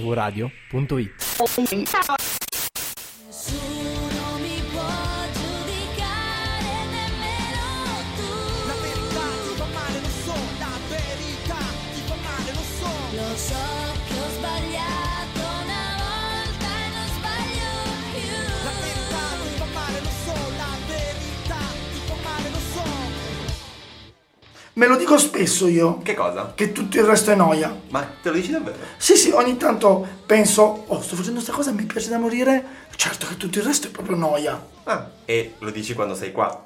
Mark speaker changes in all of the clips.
Speaker 1: mvradio.it
Speaker 2: Nessuno mi può giudicare, nemmeno tu.
Speaker 3: La verità ti fa male, lo so, la verità ti fa male, lo so.
Speaker 2: Lo so che ho sbagliato una volta e non sbaglio più.
Speaker 3: La verità ti fa male, lo so, la verità ti fa male, lo so.
Speaker 4: Me lo dico spesso io,
Speaker 5: Che cosa?
Speaker 4: che tutto il resto è noia.
Speaker 5: Ma te lo dici davvero?
Speaker 4: Sì, sì, ogni tanto penso, oh, sto facendo questa cosa, mi piace da morire. Certo che tutto il resto è proprio noia.
Speaker 5: Ah, e lo dici quando sei qua.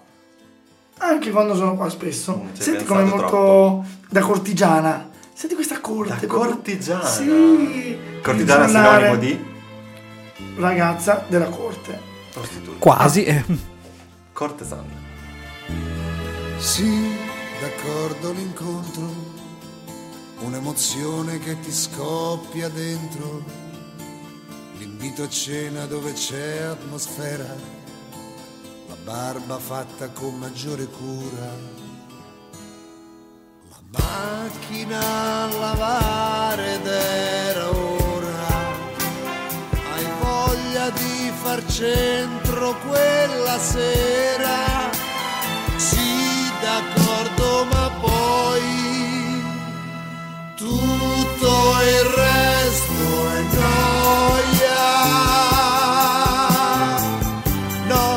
Speaker 4: Anche quando sono qua spesso.
Speaker 5: Mm, ci hai
Speaker 4: Senti come è
Speaker 5: pensato
Speaker 4: molto
Speaker 5: troppo.
Speaker 4: da cortigiana. Senti questa corte.
Speaker 5: Da
Speaker 4: proprio-
Speaker 5: cortigiana.
Speaker 4: Sì.
Speaker 5: Cortigiana
Speaker 4: Giornale.
Speaker 5: sinonimo di
Speaker 4: Ragazza della corte.
Speaker 5: prostituta.
Speaker 1: Quasi.
Speaker 5: Cortesan.
Speaker 6: Sì, d'accordo l'incontro, un'emozione che ti scoppia dentro, l'invito a cena dove c'è atmosfera, la barba fatta con maggiore cura, la macchina a lavare ed era ora, hai voglia di far centro quella sera. Sì, d'accordo, ma poi tutto il resto è noia. No,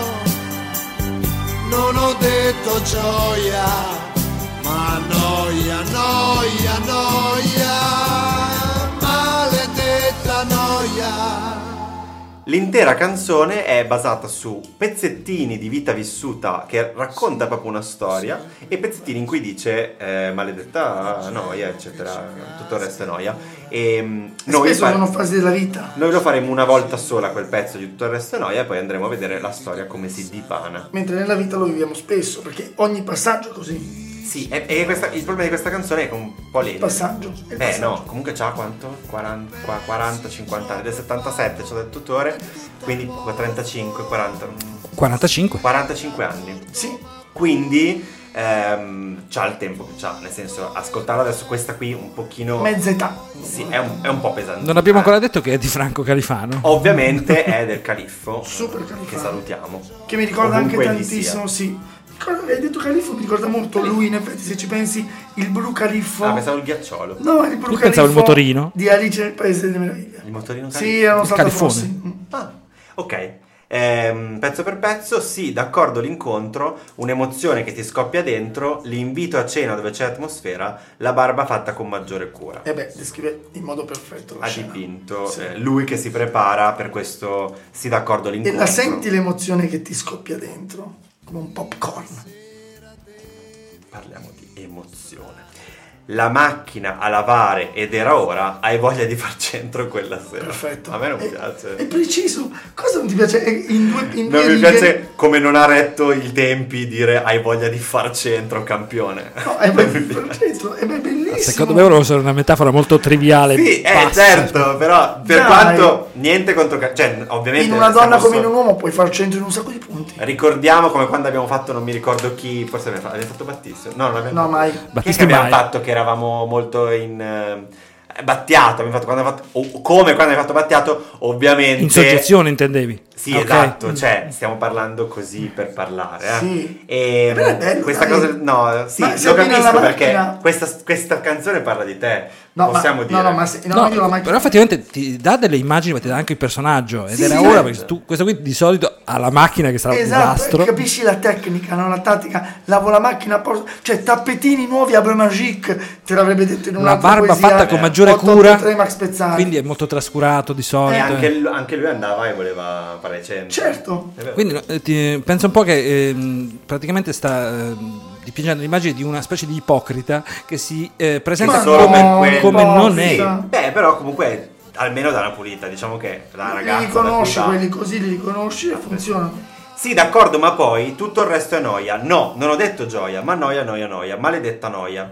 Speaker 6: non ho detto gioia, ma noia, noia, noia, maledetta noia.
Speaker 5: L'intera canzone è basata su pezzettini di vita vissuta che racconta proprio una storia e pezzettini in cui dice eh, maledetta noia, eccetera, tutto il resto è noia. E mm, noi,
Speaker 4: spesso
Speaker 5: fa-
Speaker 4: sono fasi della vita.
Speaker 5: noi lo faremo una volta sola quel pezzo di tutto il resto è noia e poi andremo a vedere la storia come si dipana.
Speaker 4: Mentre nella vita lo viviamo spesso, perché ogni passaggio è così.
Speaker 5: Sì, e, e questa- il problema di questa canzone è che è un po'
Speaker 4: Il
Speaker 5: lenta.
Speaker 4: passaggio. è il
Speaker 5: Eh
Speaker 4: passaggio.
Speaker 5: no, comunque c'ha quanto? 40, qua- 40 50 anni, del 77 ci ho detto tutore, quindi qua 35, 40, mm,
Speaker 1: 45.
Speaker 5: 45 anni.
Speaker 4: Sì,
Speaker 5: Quindi ehm, c'ha il tempo che c'ha, nel senso ascoltarla adesso questa qui un pochino...
Speaker 4: mezza età.
Speaker 5: Sì, è un, è un po' pesante.
Speaker 1: Non abbiamo ancora detto che è di Franco Califano.
Speaker 5: Oh, Ovviamente è del califfo, eh,
Speaker 4: Super Califano.
Speaker 5: che salutiamo.
Speaker 4: Che mi ricorda anche
Speaker 5: Ovunque egli
Speaker 4: tantissimo, sì. Ricorda- Hai detto Califfo, mi ricorda molto lui, in effetti, se ci pensi, il blu Califfo.
Speaker 5: sia. Ah, pensavo il ghiacciolo,
Speaker 4: No, il blu
Speaker 1: Io
Speaker 4: Califfo
Speaker 1: pensavo il motorino.
Speaker 4: Di Alice nel Paese delle Meraviglie.
Speaker 5: il motorino
Speaker 4: Sì,
Speaker 5: califfo.
Speaker 4: erano
Speaker 1: Il
Speaker 4: stati
Speaker 1: califone.
Speaker 4: fossi. Mm.
Speaker 5: Ah, ok. Ehm, pezzo per pezzo, sì, d'accordo l'incontro, un'emozione che ti scoppia dentro, l'invito a cena dove c'è atmosfera, la barba fatta con maggiore cura.
Speaker 4: E Eh beh, descrive in modo perfetto la
Speaker 5: Ha
Speaker 4: scena.
Speaker 5: Ah, dipinto
Speaker 4: Sì.
Speaker 5: eh, lui che si prepara per questo sì, d'accordo
Speaker 4: E
Speaker 5: l'incontro.
Speaker 4: la senti l'emozione che ti scoppia dentro? Come un popcorn.
Speaker 5: Parliamo di emozione. La macchina a lavare ed era ora, hai voglia di far centro quella sera.
Speaker 4: Perfetto.
Speaker 5: A me non
Speaker 4: È-
Speaker 5: piace.
Speaker 4: È preciso. Cosa non ti piace? È In due, in
Speaker 5: non
Speaker 4: due
Speaker 5: mi
Speaker 4: righe-
Speaker 5: piace come non ha retto i tempi dire hai voglia di far centro, campione.
Speaker 4: No, è, be- perfetto, è be- bellissimo.
Speaker 1: Secondo me voleva usare una metafora molto triviale.
Speaker 5: Sì, eh,
Speaker 1: basta.
Speaker 5: certo, però per
Speaker 4: Dai.
Speaker 5: quanto niente contro... ca- Cioè, ovviamente...
Speaker 4: in una
Speaker 5: stiamo
Speaker 4: donna come in
Speaker 5: solo-
Speaker 4: un uomo puoi far centro in un sacco di punti.
Speaker 5: Ricordiamo come quando abbiamo fatto, non mi ricordo chi, forse abbiamo fatto, abbiamo fatto Battista. No, non abbiamo
Speaker 4: No, mai.
Speaker 5: Chi è
Speaker 1: Battisti
Speaker 5: che abbiamo
Speaker 1: mai.
Speaker 5: fatto che eravamo molto in... eh, Battiato, abbiamo fatto quando abbiamo fatto... o- come quando abbiamo fatto Battiato, ovviamente...
Speaker 1: In soggezione intendevi?
Speaker 5: Sì,
Speaker 1: Ok.
Speaker 5: esatto, cioè stiamo parlando così per parlare. eh.
Speaker 4: Mm. Sì.
Speaker 5: E
Speaker 4: Però è bello,
Speaker 5: questa
Speaker 4: dai.
Speaker 5: cosa... No, sì,
Speaker 4: Ma se
Speaker 5: lo
Speaker 4: viene alla
Speaker 5: capisco perché
Speaker 4: macchina-
Speaker 5: questa, questa canzone parla di te.
Speaker 4: No,
Speaker 5: possiamo
Speaker 4: ma,
Speaker 5: dire.
Speaker 4: No, no, ma se, no,
Speaker 1: No,
Speaker 4: io la macchina-
Speaker 1: però effettivamente ti dà delle immagini, ma ti dà anche il personaggio. Ed
Speaker 4: Sì,
Speaker 1: era
Speaker 4: sì,
Speaker 1: ora
Speaker 4: certo.
Speaker 1: perché tu, questo qui di solito ha la macchina che sarà un
Speaker 4: Esatto,
Speaker 1: disastro.
Speaker 4: eh, capisci la tecnica, no? la tattica, lavo la macchina, porto- cioè tappetini nuovi a Magic, te l'avrebbe detto in
Speaker 1: Una
Speaker 4: un'altra
Speaker 1: barba
Speaker 4: poesia,
Speaker 1: fatta con
Speaker 4: eh,
Speaker 1: maggiore
Speaker 4: 883
Speaker 1: cura.
Speaker 4: Max Pezzali.
Speaker 1: Quindi è molto trascurato di solito. eh.
Speaker 5: E Eh, anche, lu- anche lui andava e voleva fare centro.
Speaker 4: Certo.
Speaker 5: È vero.
Speaker 1: Quindi no, eh, ti- penso un po' che ehm, praticamente sta ehm, dipingendo l'immagine di una specie di ipocrita che si eh, presenta
Speaker 4: Ma
Speaker 5: solo
Speaker 4: no,
Speaker 5: per
Speaker 1: come,
Speaker 5: quello.
Speaker 1: come non
Speaker 5: Sì,
Speaker 1: è.
Speaker 4: ipocrita.
Speaker 5: Beh, però comunque almeno da una pulita, diciamo che la ragazza.
Speaker 4: li
Speaker 5: da cui
Speaker 4: riconosci
Speaker 5: va-
Speaker 4: quelli così, li riconosci e funzionano.
Speaker 5: Sì, d'accordo, ma poi tutto il resto è noia. No, non ho detto gioia, ma noia, noia, noia, maledetta noia.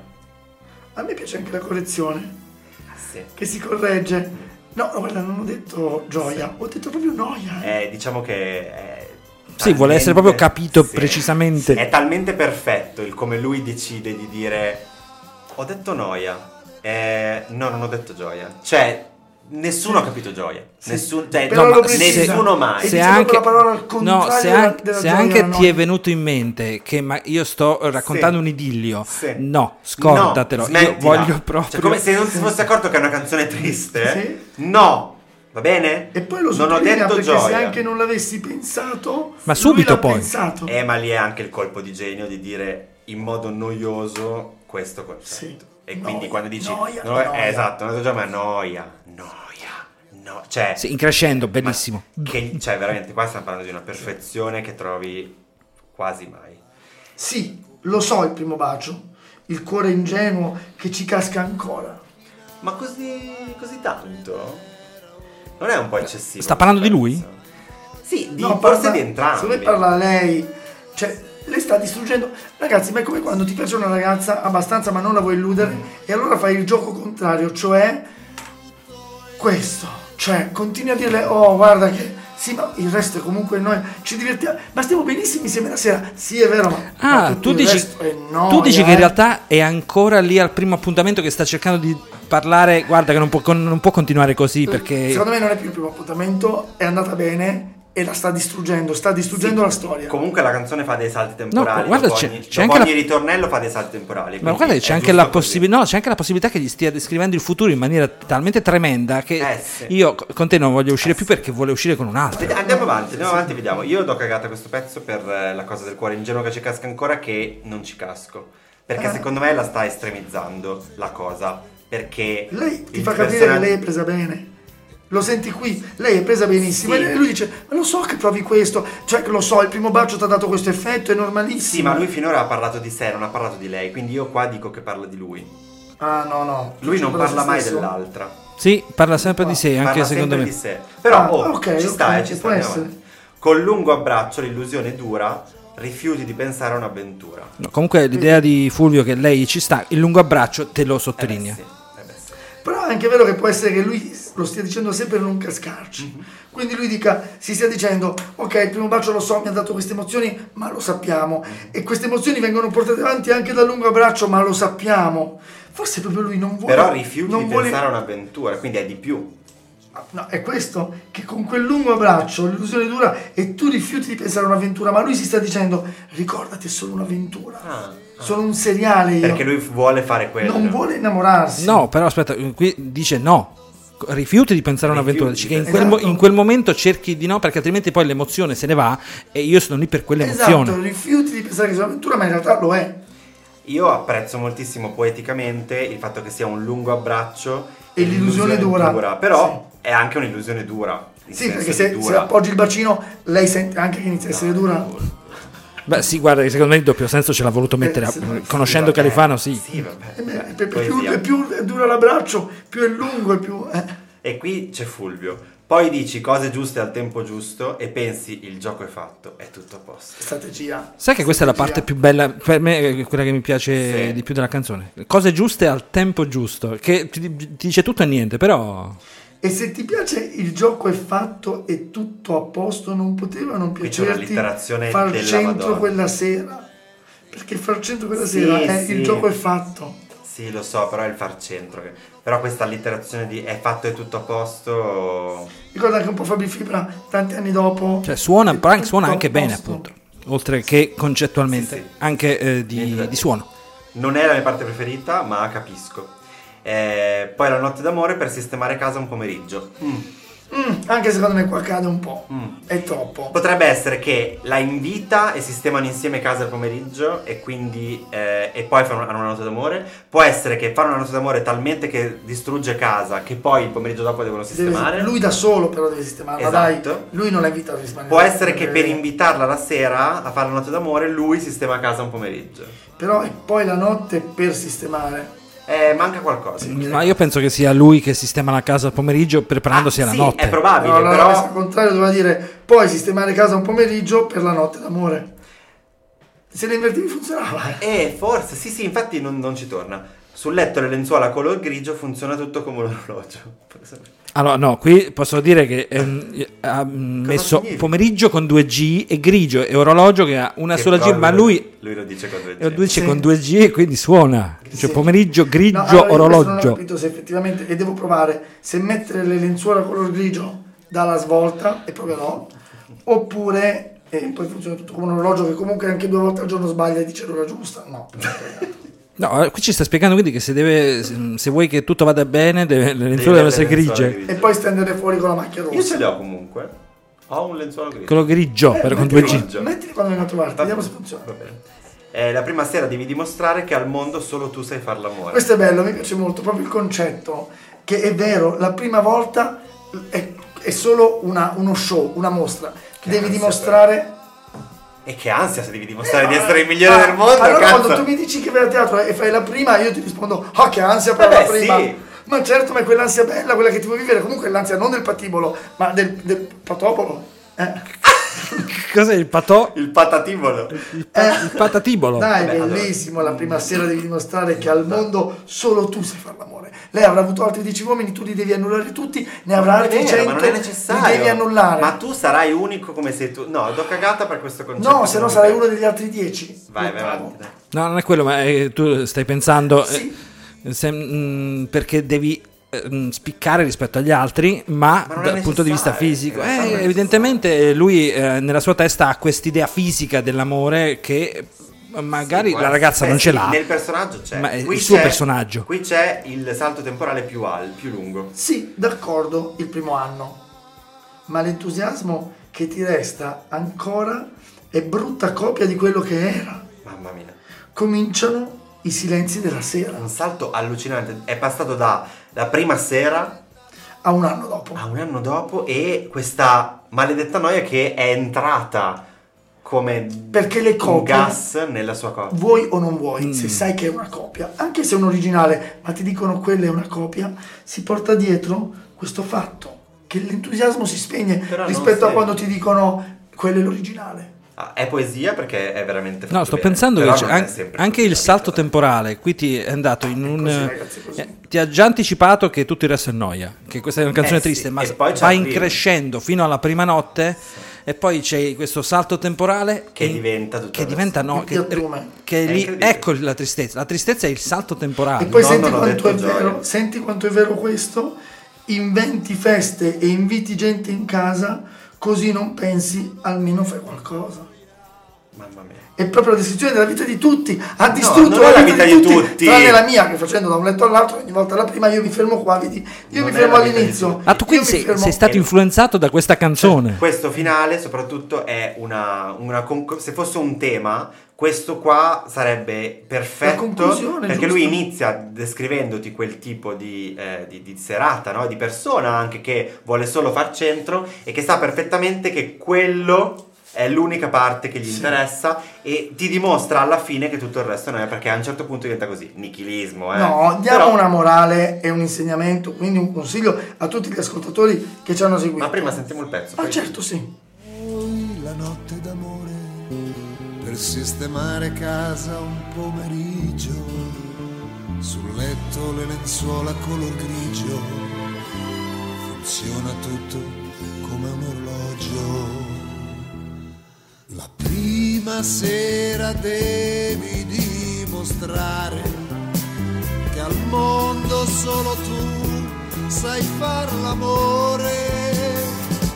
Speaker 4: A me piace anche la correzione,
Speaker 1: Ah,
Speaker 5: Sì.
Speaker 4: che si corregge. No, no, guarda, non ho detto gioia, ho detto proprio noia. eh.
Speaker 5: Eh, diciamo che è
Speaker 1: Sì, vuole essere proprio capito
Speaker 5: sì.
Speaker 1: precisamente.
Speaker 5: È talmente perfetto il come lui decide di dire ho detto noia. Eh, no, non ho detto gioia. Cioè Nessuno ha capito gioia. Nessun- cioè,
Speaker 4: Però
Speaker 5: no,
Speaker 4: lo
Speaker 5: ma-
Speaker 4: precisa.
Speaker 5: nessuno
Speaker 4: E
Speaker 5: mai.
Speaker 4: diciamo quella parola al contrario
Speaker 1: se,
Speaker 4: della-
Speaker 1: an-
Speaker 4: della
Speaker 1: se
Speaker 4: gioia,
Speaker 1: anche
Speaker 4: no?
Speaker 1: ti è venuto in mente che ma io sto raccontando
Speaker 5: Sì.
Speaker 1: un idillio,
Speaker 5: Sì.
Speaker 1: no, scordatelo.
Speaker 5: No,
Speaker 1: io
Speaker 5: smettila.
Speaker 1: voglio proprio.
Speaker 5: Cioè, come se non si fosse accorto che è una canzone triste.
Speaker 4: Sì.
Speaker 5: No, va bene?
Speaker 4: E poi lo
Speaker 5: Non ho
Speaker 4: sottolinea
Speaker 5: detto
Speaker 4: perché se
Speaker 5: gioia.
Speaker 4: anche non l'avessi pensato,
Speaker 1: Ma
Speaker 4: lui
Speaker 1: subito
Speaker 4: l'ha
Speaker 1: poi.
Speaker 4: pensato.
Speaker 5: Eh, ma lì è anche il colpo di genio di dire in modo noioso questo concetto.
Speaker 4: Sì.
Speaker 5: E
Speaker 4: No-
Speaker 5: quindi quando dici
Speaker 4: noia,
Speaker 5: no- eh,
Speaker 4: noia.
Speaker 5: esatto, non è gioia, ma è noia, noia, no, cioè
Speaker 1: Sì, in crescendo,
Speaker 5: ma
Speaker 1: bellissimo.
Speaker 5: che- cioè veramente qua stiamo parlando di una perfezione che trovi quasi mai.
Speaker 4: Sì, lo so il primo bacio, il cuore ingenuo che ci casca ancora.
Speaker 5: Ma così così tanto? Non è un po' eccessivo?
Speaker 1: Sta parlando di lui?
Speaker 5: penso? Sì, di,
Speaker 4: No,
Speaker 5: forse
Speaker 4: parla-
Speaker 5: di entrambi.
Speaker 4: Se lei parla lei, cioè, le sta distruggendo. Ragazzi, ma è come quando ti piace una ragazza abbastanza ma non la vuoi illudere e allora fai il gioco contrario, cioè questo. Cioè, continui a dirle, oh, guarda che... Sì, ma il resto è comunque noi ci divertiamo, ma stiamo benissimo insieme la sera. Sì, è vero, ma... ma
Speaker 1: Ah,
Speaker 4: tutto
Speaker 1: tu
Speaker 4: il
Speaker 1: dici,
Speaker 4: resto è noia,
Speaker 1: tu dici che
Speaker 4: eh.
Speaker 1: in realtà è ancora lì al primo appuntamento che sta cercando di parlare. Guarda, che non può, con- non può continuare così perché.
Speaker 4: Secondo me non è più il primo appuntamento, è andata bene e la sta distruggendo, sta distruggendo la storia.
Speaker 5: Comunque la canzone fa dei salti temporali.
Speaker 1: No, guarda,
Speaker 5: dopo
Speaker 1: c'è-
Speaker 5: ogni,
Speaker 1: c'è
Speaker 5: dopo
Speaker 1: anche
Speaker 5: ogni
Speaker 1: la-
Speaker 5: ritornello fa dei salti temporali.
Speaker 1: Ma
Speaker 5: quindi
Speaker 1: guarda, che
Speaker 5: è
Speaker 1: c'è anche,
Speaker 5: giusto
Speaker 1: la
Speaker 5: così.
Speaker 1: possibi- no, c'è anche la possibilità che gli stia descrivendo il futuro in maniera talmente tremenda che
Speaker 5: Eh, sì. Eh,
Speaker 1: io co- con te non voglio uscire più perché vuole uscire con un altro.
Speaker 5: Vedi- Andiamo avanti, andiamo avanti, vediamo. Io do cagata questo pezzo per eh, la cosa del cuore ingenuo che ci casca ancora che non ci casco.
Speaker 4: Ah.
Speaker 5: Perché secondo me la sta estremizzando la cosa. Perché
Speaker 4: Lei ti
Speaker 5: il
Speaker 4: fa capire
Speaker 5: personaggio-
Speaker 4: che lei è presa bene. Lo senti qui, lei è presa benissimo.
Speaker 5: Sì.
Speaker 4: E lui dice: Ma lo so che provi questo, cioè lo so, il primo bacio ti ha dato questo effetto, è
Speaker 5: Sì,
Speaker 4: normalissimo.
Speaker 5: ma lui finora ha parlato di sé, non ha parlato di lei. Quindi io qua dico che parla di lui.
Speaker 4: Ah, no, no.
Speaker 5: Lui non parla mai
Speaker 4: dell'altro
Speaker 5: dell'altra.
Speaker 1: Sì, parla sempre di sé, anche
Speaker 5: Parla
Speaker 1: secondo
Speaker 5: sempre
Speaker 1: me.
Speaker 5: di sé. Però
Speaker 4: Ah,
Speaker 5: oh,
Speaker 4: ok,
Speaker 5: ci sta,
Speaker 4: ok,
Speaker 5: eh, ci
Speaker 4: ci
Speaker 5: sta.
Speaker 4: può
Speaker 5: andiamo
Speaker 4: essere.
Speaker 5: avanti. Col lungo abbraccio l'illusione dura, rifiuti di pensare a un'avventura.
Speaker 1: No, comunque l'idea di Fulvio che lei ci sta, il lungo abbraccio te lo
Speaker 5: Eh beh,
Speaker 1: sottolinea.
Speaker 5: sì, eh beh, sì.
Speaker 4: Però è anche vero che può essere che lui lo stia dicendo sempre per non cascarci.
Speaker 5: Mhm.
Speaker 4: Quindi lui dica, si stia dicendo, ok, il primo bacio lo so, mi ha dato queste emozioni, ma lo sappiamo.
Speaker 5: Mhm.
Speaker 4: E queste emozioni vengono portate avanti anche dal lungo abbraccio, ma lo sappiamo. Forse proprio lui non vuole...
Speaker 5: Però rifiuti
Speaker 4: non
Speaker 5: di
Speaker 4: vuole- Ah,
Speaker 5: pensare a un'avventura, quindi è di più.
Speaker 4: No, è questo, che con quel lungo abbraccio l'illusione dura e tu rifiuti di pensare a un'avventura, ma lui si sta dicendo, ricordati, è solo un'avventura.
Speaker 5: Ah, ah.
Speaker 4: Sono un seriale io.
Speaker 5: Perché lui vuole fare quello.
Speaker 4: non vuole innamorarsi.
Speaker 1: No, però aspetta, eh, qui dice no. Co- Rifiuti di pensare a un'avventura.
Speaker 5: Rifiuti
Speaker 1: Dici
Speaker 5: di
Speaker 1: che in quel,
Speaker 4: pensare.
Speaker 1: mo-
Speaker 4: Esatto.
Speaker 1: in quel momento cerchi di no, perché altrimenti poi l'emozione se ne va e io sono lì per quell'emozione.
Speaker 4: Esatto, rifiuti di pensare che sia un'avventura, ma in realtà lo è.
Speaker 5: Io apprezzo moltissimo poeticamente il fatto che sia un lungo abbraccio
Speaker 4: E l'illusione dura.
Speaker 5: Però è anche un'illusione dura. in
Speaker 4: Sì,
Speaker 5: senso
Speaker 4: perché
Speaker 5: di
Speaker 4: se,
Speaker 5: dura. Ah,
Speaker 4: se appoggi il bacino lei sente anche che inizia a essere dura.
Speaker 5: boh,
Speaker 1: Beh, sì, guarda, che secondo me il doppio senso ce l'ha voluto mettere,
Speaker 4: Eh, sì,
Speaker 1: a-
Speaker 4: sì,
Speaker 1: conoscendo
Speaker 5: vabbè.
Speaker 1: Califano, sì.
Speaker 5: Sì, vabbè.
Speaker 4: E beh,
Speaker 5: Eh,
Speaker 4: per- per più,
Speaker 5: poesia.
Speaker 4: per più è dura l'abbraccio, più è lungo e più... eh.
Speaker 5: E qui c'è Fulvio. Poi dici cose giuste al tempo giusto e pensi il gioco è fatto, è tutto a posto.
Speaker 4: strategia.
Speaker 1: Sai che questa è la parte più bella, per me è quella che mi piace
Speaker 5: Sì.
Speaker 1: di più della canzone. Cose giuste al tempo giusto, che ti, ti dice tutto e niente, però...
Speaker 4: E se ti piace il gioco è fatto e tutto a posto, non poteva non
Speaker 5: Qui c'è una
Speaker 4: piacerti
Speaker 5: allitterazione
Speaker 4: far
Speaker 5: della
Speaker 4: centro
Speaker 5: Madonna.
Speaker 4: quella sera. Perché far centro quella
Speaker 5: Sì,
Speaker 4: sera è
Speaker 5: sì.
Speaker 4: il gioco è fatto.
Speaker 5: Sì, lo so, però è il far centro. che- Però questa allitterazione di è fatto e tutto a posto.
Speaker 4: Ricorda anche un po' Fabio Fibra tanti anni dopo.
Speaker 1: Cioè, suona,
Speaker 4: È
Speaker 1: però anche-
Speaker 4: tutto
Speaker 1: suona
Speaker 4: a
Speaker 1: anche bene,
Speaker 4: posto.
Speaker 1: appunto. Oltre che concettualmente,
Speaker 5: Sì, sì.
Speaker 1: anche eh,
Speaker 5: Niente da
Speaker 4: Esatto.
Speaker 1: di,
Speaker 5: dire.
Speaker 1: di suono.
Speaker 5: Non è la mia parte preferita, ma capisco. Eh, poi la notte d'amore per sistemare casa un pomeriggio.
Speaker 4: Mm, anche secondo me qua cade un po'.
Speaker 5: Mm.
Speaker 4: È troppo.
Speaker 5: Potrebbe essere che la invita e sistemano insieme casa al pomeriggio e quindi eh, e poi fanno hanno una notte d'amore. Può essere che fanno una notte d'amore talmente che distrugge casa che poi il pomeriggio dopo devono
Speaker 4: Deve-
Speaker 5: sistemare.
Speaker 4: lui da solo però deve sistemarla,
Speaker 5: Esatto.
Speaker 4: dai. Lui non la invita a sistemare.
Speaker 5: Può essere che per
Speaker 4: invitare
Speaker 5: invitarla la sera a fare la notte d'amore lui sistema casa un pomeriggio.
Speaker 4: Però è poi la notte per sistemare.
Speaker 5: Eh, manca qualcosa.
Speaker 1: Ma io penso che sia lui che sistema la casa al pomeriggio preparandosi
Speaker 5: Ah,
Speaker 1: alla
Speaker 5: sì,
Speaker 1: notte.
Speaker 5: È probabile,
Speaker 4: No, allora, al
Speaker 5: però
Speaker 4: contrario doveva dire poi sistemare casa un pomeriggio per la notte d'amore. Se le invertivi funzionava. eh.
Speaker 5: Eh, forse, sì, sì, infatti non, non ci torna. Sul letto e le lenzuola color grigio funziona tutto come un orologio.
Speaker 1: Allora, no, qui posso dire che ehm, ha mm, messo
Speaker 5: significa?
Speaker 1: pomeriggio con 2 G e grigio e orologio che ha una
Speaker 5: Che
Speaker 1: sola
Speaker 5: però
Speaker 1: G, ma lui Eh,
Speaker 5: Lui lo dice con due
Speaker 1: lo
Speaker 5: G.
Speaker 1: dice con 2 G e quindi suona. Cioè, pomeriggio, grigio,
Speaker 4: No, allora, io questo Non ho
Speaker 1: orologio.
Speaker 4: capito se effettivamente, e devo provare se mettere le lenzuola color grigio dà la svolta, e proverò, oppure, e poi funziona tutto come un orologio che comunque anche due volte al giorno sbaglia e dice l'ora giusta. No,
Speaker 1: No, allora, qui ci sta spiegando quindi che se, deve, se se vuoi che tutto vada bene, deve- le lenzuola devono essere
Speaker 5: Delle lenzuola
Speaker 1: grigie.
Speaker 5: grigie.
Speaker 4: e poi stendere fuori con la macchia rossa.
Speaker 5: Io ce le ho comunque. Ho un lenzuolo grigio.
Speaker 1: Quello grigio, però con 2
Speaker 4: mettili,
Speaker 5: due
Speaker 1: G.
Speaker 5: G.
Speaker 4: mettili quando vengono a trovarti,
Speaker 5: Va
Speaker 4: vediamo se
Speaker 5: bene.
Speaker 4: funziona.
Speaker 5: Va bene. Eh, la prima sera devi dimostrare che al mondo solo tu sai far l'amore.
Speaker 4: Questo è bello, mi piace molto proprio il concetto che è vero, la prima volta è, è solo una- uno show, una mostra. Devi
Speaker 5: ansia,
Speaker 4: dimostrare
Speaker 5: E che ansia se devi dimostrare di essere il migliore
Speaker 4: Ah,
Speaker 5: del mondo.
Speaker 4: Allora
Speaker 5: cazzo.
Speaker 4: quando tu mi dici che vai a teatro e fai la prima, io ti rispondo, ah che ansia per
Speaker 5: Vabbè,
Speaker 4: la prima.
Speaker 5: Eh sì.
Speaker 4: Ma certo, ma è quell'ansia bella, quella che ti vuoi vivere, comunque è l'ansia non del patibolo, ma del, del patopolo. Eh,
Speaker 1: Cos'è il patò?
Speaker 5: Il patativolo.
Speaker 1: Il, pa- il patatibolo.
Speaker 4: Eh, dai,
Speaker 5: Vabbè,
Speaker 4: bellissimo, la prima sera devi dimostrare che al mondo solo tu sai fare l'amore. Lei avrà avuto altri 10 uomini, tu li devi annullare tutti, ne avrà
Speaker 5: Non è
Speaker 4: altri
Speaker 5: vero,
Speaker 4: 100,
Speaker 5: ma non è
Speaker 4: li
Speaker 5: necessario.
Speaker 4: devi annullare.
Speaker 5: Ma tu sarai unico come sei tu. No, do cagata per questo concetto.
Speaker 4: No, se no sarai uno degli altri 10.
Speaker 5: Vai, vai
Speaker 4: L'ottavo.
Speaker 5: avanti. dai.
Speaker 1: No, non è quello, ma eh, tu stai pensando
Speaker 4: Sì.
Speaker 1: eh, se- mh, perché devi eh, mh, spiccare rispetto agli altri, ma,
Speaker 5: Ma non è
Speaker 1: dal punto di vista
Speaker 5: necessario,
Speaker 1: fisico.
Speaker 5: in realtà
Speaker 1: Eh,
Speaker 5: non è
Speaker 1: evidentemente lui eh, nella sua testa ha quest'idea fisica dell'amore che eh, magari
Speaker 5: Guarda,
Speaker 1: la ragazza
Speaker 5: beh,
Speaker 1: non ce
Speaker 5: sì,
Speaker 1: l'ha.
Speaker 5: Nel personaggio c'è.
Speaker 1: Ma è
Speaker 5: Qui
Speaker 1: il suo
Speaker 5: c'è-
Speaker 1: personaggio.
Speaker 5: Qui c'è il salto temporale più al, più lungo.
Speaker 4: Sì, d'accordo, il primo anno, ma l'entusiasmo che ti resta ancora è brutta copia di quello che era.
Speaker 5: Mamma mia.
Speaker 4: Cominciano i silenzi della sera,
Speaker 5: Un salto allucinante. È passato da la prima sera
Speaker 4: a un anno dopo.
Speaker 5: a un anno dopo e questa maledetta noia che è entrata come
Speaker 4: Perché le
Speaker 5: un
Speaker 4: copie,
Speaker 5: gas nella sua coppia.
Speaker 4: vuoi o non vuoi, se sai che è una copia, anche se è un originale, ma ti dicono quella è una copia, si porta dietro questo fatto che l'entusiasmo si spegne
Speaker 5: Però non
Speaker 4: rispetto a
Speaker 5: sempre.
Speaker 4: quando ti dicono quello è l'originale.
Speaker 5: Ah, è poesia perché è veramente
Speaker 1: No,
Speaker 5: fatto
Speaker 1: sto
Speaker 5: bene,
Speaker 1: pensando
Speaker 5: però
Speaker 1: che c'è
Speaker 5: non è
Speaker 1: an-
Speaker 5: sempre
Speaker 1: anche
Speaker 5: così,
Speaker 1: il
Speaker 5: capito?
Speaker 1: salto temporale, qui ti è andato in un...
Speaker 4: così, ragazzi, così.
Speaker 1: eh, ti ha già anticipato che tutto il resto è noia, che questa è una canzone
Speaker 5: Eh sì,
Speaker 1: triste, ma
Speaker 5: e poi ci
Speaker 1: va in
Speaker 5: arrivi.
Speaker 1: crescendo fino alla prima notte e poi c'è questo salto temporale
Speaker 5: Che diventa tutto
Speaker 1: che
Speaker 5: il
Speaker 1: diventa no,
Speaker 4: Il
Speaker 1: che,
Speaker 4: piattume.
Speaker 1: che
Speaker 5: È
Speaker 1: lì,
Speaker 5: incredibile. Ecco.
Speaker 1: ecco la tristezza, la tristezza è Ah, il salto temporale.
Speaker 4: E poi
Speaker 5: No,
Speaker 4: senti
Speaker 5: non ho
Speaker 4: quanto
Speaker 5: detto
Speaker 4: è vero,
Speaker 5: gioia.
Speaker 4: senti quanto è vero questo? Inventi feste e inviti gente in casa, così non pensi, almeno fai qualcosa.
Speaker 5: Mamma mia.
Speaker 4: È proprio la descrizione della vita di tutti. Ha distrutto
Speaker 5: non
Speaker 4: la,
Speaker 5: è
Speaker 4: vita, di, tutti, tranne la mia, che facendo da un letto all'altro, ogni volta la prima io mi fermo qua, vedi. Io
Speaker 5: Non
Speaker 4: mi
Speaker 5: è
Speaker 4: fermo
Speaker 5: la vita di
Speaker 4: all'inizio.
Speaker 5: tutti.
Speaker 1: Ah, tu
Speaker 4: io
Speaker 1: quindi
Speaker 4: mi
Speaker 1: sei,
Speaker 4: fermo-
Speaker 1: sei stato influenzato da questa canzone.
Speaker 5: Questo finale soprattutto è una, una conc- se fosse un tema, questo qua sarebbe
Speaker 4: La
Speaker 5: perfetto
Speaker 4: conclusione,
Speaker 5: perché lui
Speaker 4: giusto.
Speaker 5: inizia descrivendoti quel tipo di, eh, di- di serata, no? di persona anche che vuole solo far centro e che sa perfettamente che quello è l'unica parte che gli interessa e ti dimostra alla fine che tutto il resto non è perché a un certo punto diventa così, nichilismo. Eh.
Speaker 4: No, diamo
Speaker 5: Però-
Speaker 4: una morale e un insegnamento, quindi un consiglio a tutti gli ascoltatori che ci hanno seguito.
Speaker 5: Ma prima sentiamo il pezzo.
Speaker 4: Ah,
Speaker 5: poi-
Speaker 4: certo, sì.
Speaker 6: Poi la notte d'amore per sistemare casa un pomeriggio. Sul letto le lenzuola color grigio. Funziona tutto come un orologio. La prima sera devi dimostrare che al mondo solo tu sai far l'amore.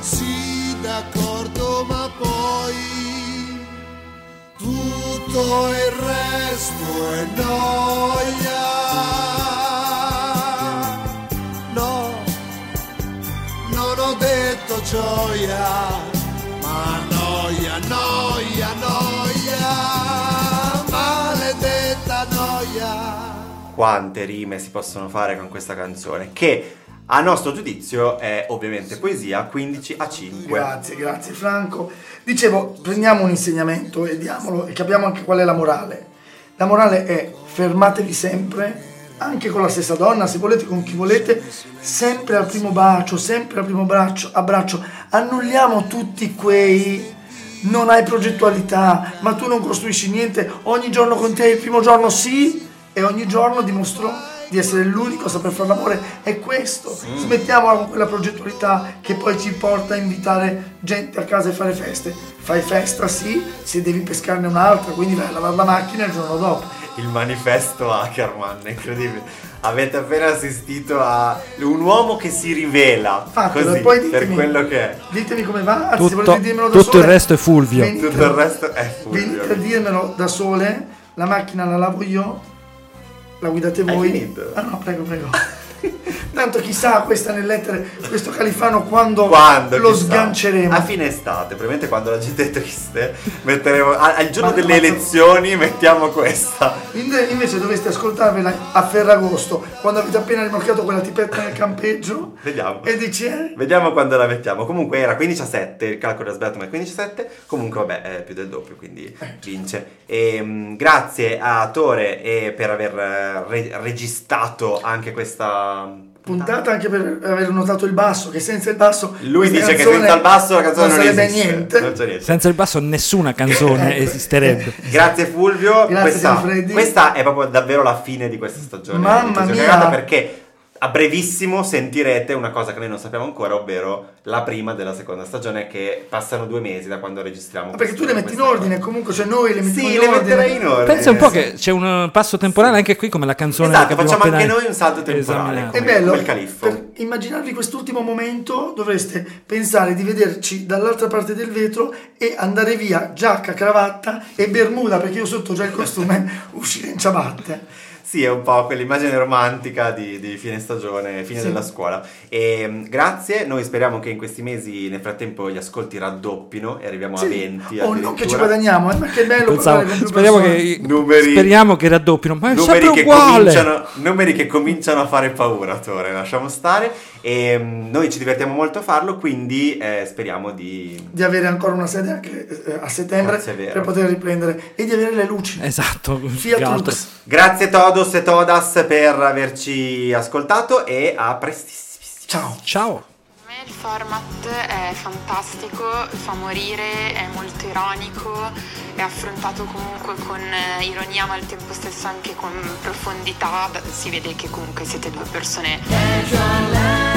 Speaker 6: Sì, d'accordo, ma poi tutto il resto è noia. No, non ho detto gioia, ma noia, noia, noia, maledetta noia.
Speaker 5: quante rime si possono fare con questa canzone che a nostro giudizio è ovviamente poesia 15 a 5
Speaker 4: Grazie, grazie Franco. Dicevo, prendiamo un insegnamento e diamolo e capiamo anche qual è la morale. La morale è fermatevi sempre, anche con la stessa donna, se volete, con chi volete, sempre al primo bacio, sempre al primo braccio, abbraccio. Annulliamo tutti quei non hai progettualità, ma tu non costruisci niente, ogni giorno con te è il primo giorno sì, e ogni giorno dimostrò di essere l'unico a saper fare l'amore. È questo.
Speaker 1: Mm.
Speaker 4: Smettiamola con quella progettualità che poi ci porta a invitare gente a casa e fare feste. Fai festa, sì, se devi pescarne un'altra, quindi vai a lavare la macchina il giorno dopo.
Speaker 5: Il manifesto Ackerman, è incredibile. Avete appena assistito a un uomo che si rivela
Speaker 4: Fatelo,
Speaker 5: così
Speaker 4: e poi
Speaker 5: per
Speaker 4: ditemi,
Speaker 5: quello che è.
Speaker 4: Ditemi come va, anzi, se
Speaker 1: Tutto-
Speaker 4: volete dirmelo da
Speaker 1: tutto il
Speaker 4: sole,
Speaker 1: resto è Fulvio.
Speaker 4: venite-
Speaker 5: Tutto il resto è
Speaker 4: Venite a
Speaker 5: fulvio.
Speaker 4: dirmelo da sole, la macchina la lavo io, la guidate voi.
Speaker 5: finito?
Speaker 4: Ah no, prego, prego. Tanto chissà questa nell'etere, questo califano quando,
Speaker 5: Quando
Speaker 4: lo
Speaker 5: chissà. Ah,
Speaker 4: sganceremo.
Speaker 5: a fine estate, probabilmente quando la gente è triste, metteremo a- al giorno
Speaker 4: Ma-
Speaker 5: delle
Speaker 4: ma-
Speaker 5: elezioni mettiamo questa.
Speaker 4: Inde- Invece dovreste ascoltarvela a Ferragosto, quando avete appena rimorchiato quella tipetta nel campeggio
Speaker 5: Vediamo.
Speaker 4: e dici eh,
Speaker 5: Vediamo quando la mettiamo. Comunque era 15-7, il calcolo era sbagliato ma è 15-7. Comunque vabbè, è più del doppio, quindi vince. E, mh, grazie a Tore e per aver eh, re- registrato anche questa
Speaker 4: puntata anche per aver notato il basso, che senza il basso...
Speaker 5: Lui
Speaker 4: questa
Speaker 5: dice che
Speaker 4: canzone
Speaker 5: senza il basso la canzone non,
Speaker 4: non sarebbe
Speaker 5: esiste.
Speaker 4: niente.
Speaker 5: Non c'è niente.
Speaker 1: Senza il basso nessuna canzone
Speaker 5: Eh,
Speaker 1: esisterebbe.
Speaker 5: Grazie Fulvio,
Speaker 4: Grazie,
Speaker 5: questa,
Speaker 4: Siamo Freddi.
Speaker 5: questa è proprio davvero la fine di questa stagione. di
Speaker 4: Mamma
Speaker 5: Tutto
Speaker 4: mia.
Speaker 5: Giocato, Perché a brevissimo sentirete una cosa che noi non sappiamo ancora, ovvero la prima della seconda stagione che passano due mesi da quando registriamo.
Speaker 4: Ma Perché tu le
Speaker 5: questa-
Speaker 4: metti in
Speaker 5: questa
Speaker 4: ordine,
Speaker 5: cosa.
Speaker 4: comunque, cioè noi le mettiamo
Speaker 5: Sì,
Speaker 4: in
Speaker 5: le
Speaker 4: ordine.
Speaker 5: metterai in ordine.
Speaker 1: Pensa un po' che c'è un passo temporale anche qui come la canzone
Speaker 5: Esatto,
Speaker 1: che abbiamo
Speaker 5: facciamo
Speaker 1: appena
Speaker 5: anche noi un salto temporale.
Speaker 1: esaminato.
Speaker 4: È
Speaker 5: Come-
Speaker 4: bello,
Speaker 5: come il califfo.
Speaker 4: per immaginarvi quest'ultimo momento dovreste pensare di vederci dall'altra parte del vetro e andare via giacca, cravatta e bermuda, perché io sotto ho già il costume, uscire in ciabatte.
Speaker 5: Sì, è un po' quell'immagine romantica di, di fine stagione, fine
Speaker 4: Sì.
Speaker 5: della scuola. E, mh, grazie, noi speriamo che in questi mesi nel frattempo gli ascolti raddoppino e arriviamo a 20.
Speaker 4: Oh, non che ci
Speaker 5: addirittura.
Speaker 4: guadagniamo, eh, ma che bello
Speaker 1: Pensavo-
Speaker 4: parlare con più
Speaker 1: speriamo,
Speaker 4: persone.
Speaker 1: che,
Speaker 5: Numeri-
Speaker 1: speriamo che raddoppino, ma è
Speaker 5: numeri
Speaker 1: sempre
Speaker 5: che,
Speaker 1: uguale.
Speaker 5: cominciano, numeri che cominciano a fare paura, Tore, lasciamo stare. E mm, noi ci divertiamo molto a farlo, quindi eh, speriamo di...
Speaker 4: Di avere ancora una sede anche eh, a settembre
Speaker 5: Grazie, è vero.
Speaker 4: per poter riprendere e di avere le luci.
Speaker 1: Esatto,
Speaker 4: Fiat
Speaker 1: Galto.
Speaker 4: Lux.
Speaker 5: Grazie Todos e Todas per averci ascoltato e a prestissimo.
Speaker 4: Ciao.
Speaker 1: Ciao.
Speaker 7: Per me il format è fantastico, fa morire, è molto ironico, è affrontato comunque con eh, ironia ma al tempo stesso anche con profondità, si vede che comunque siete due persone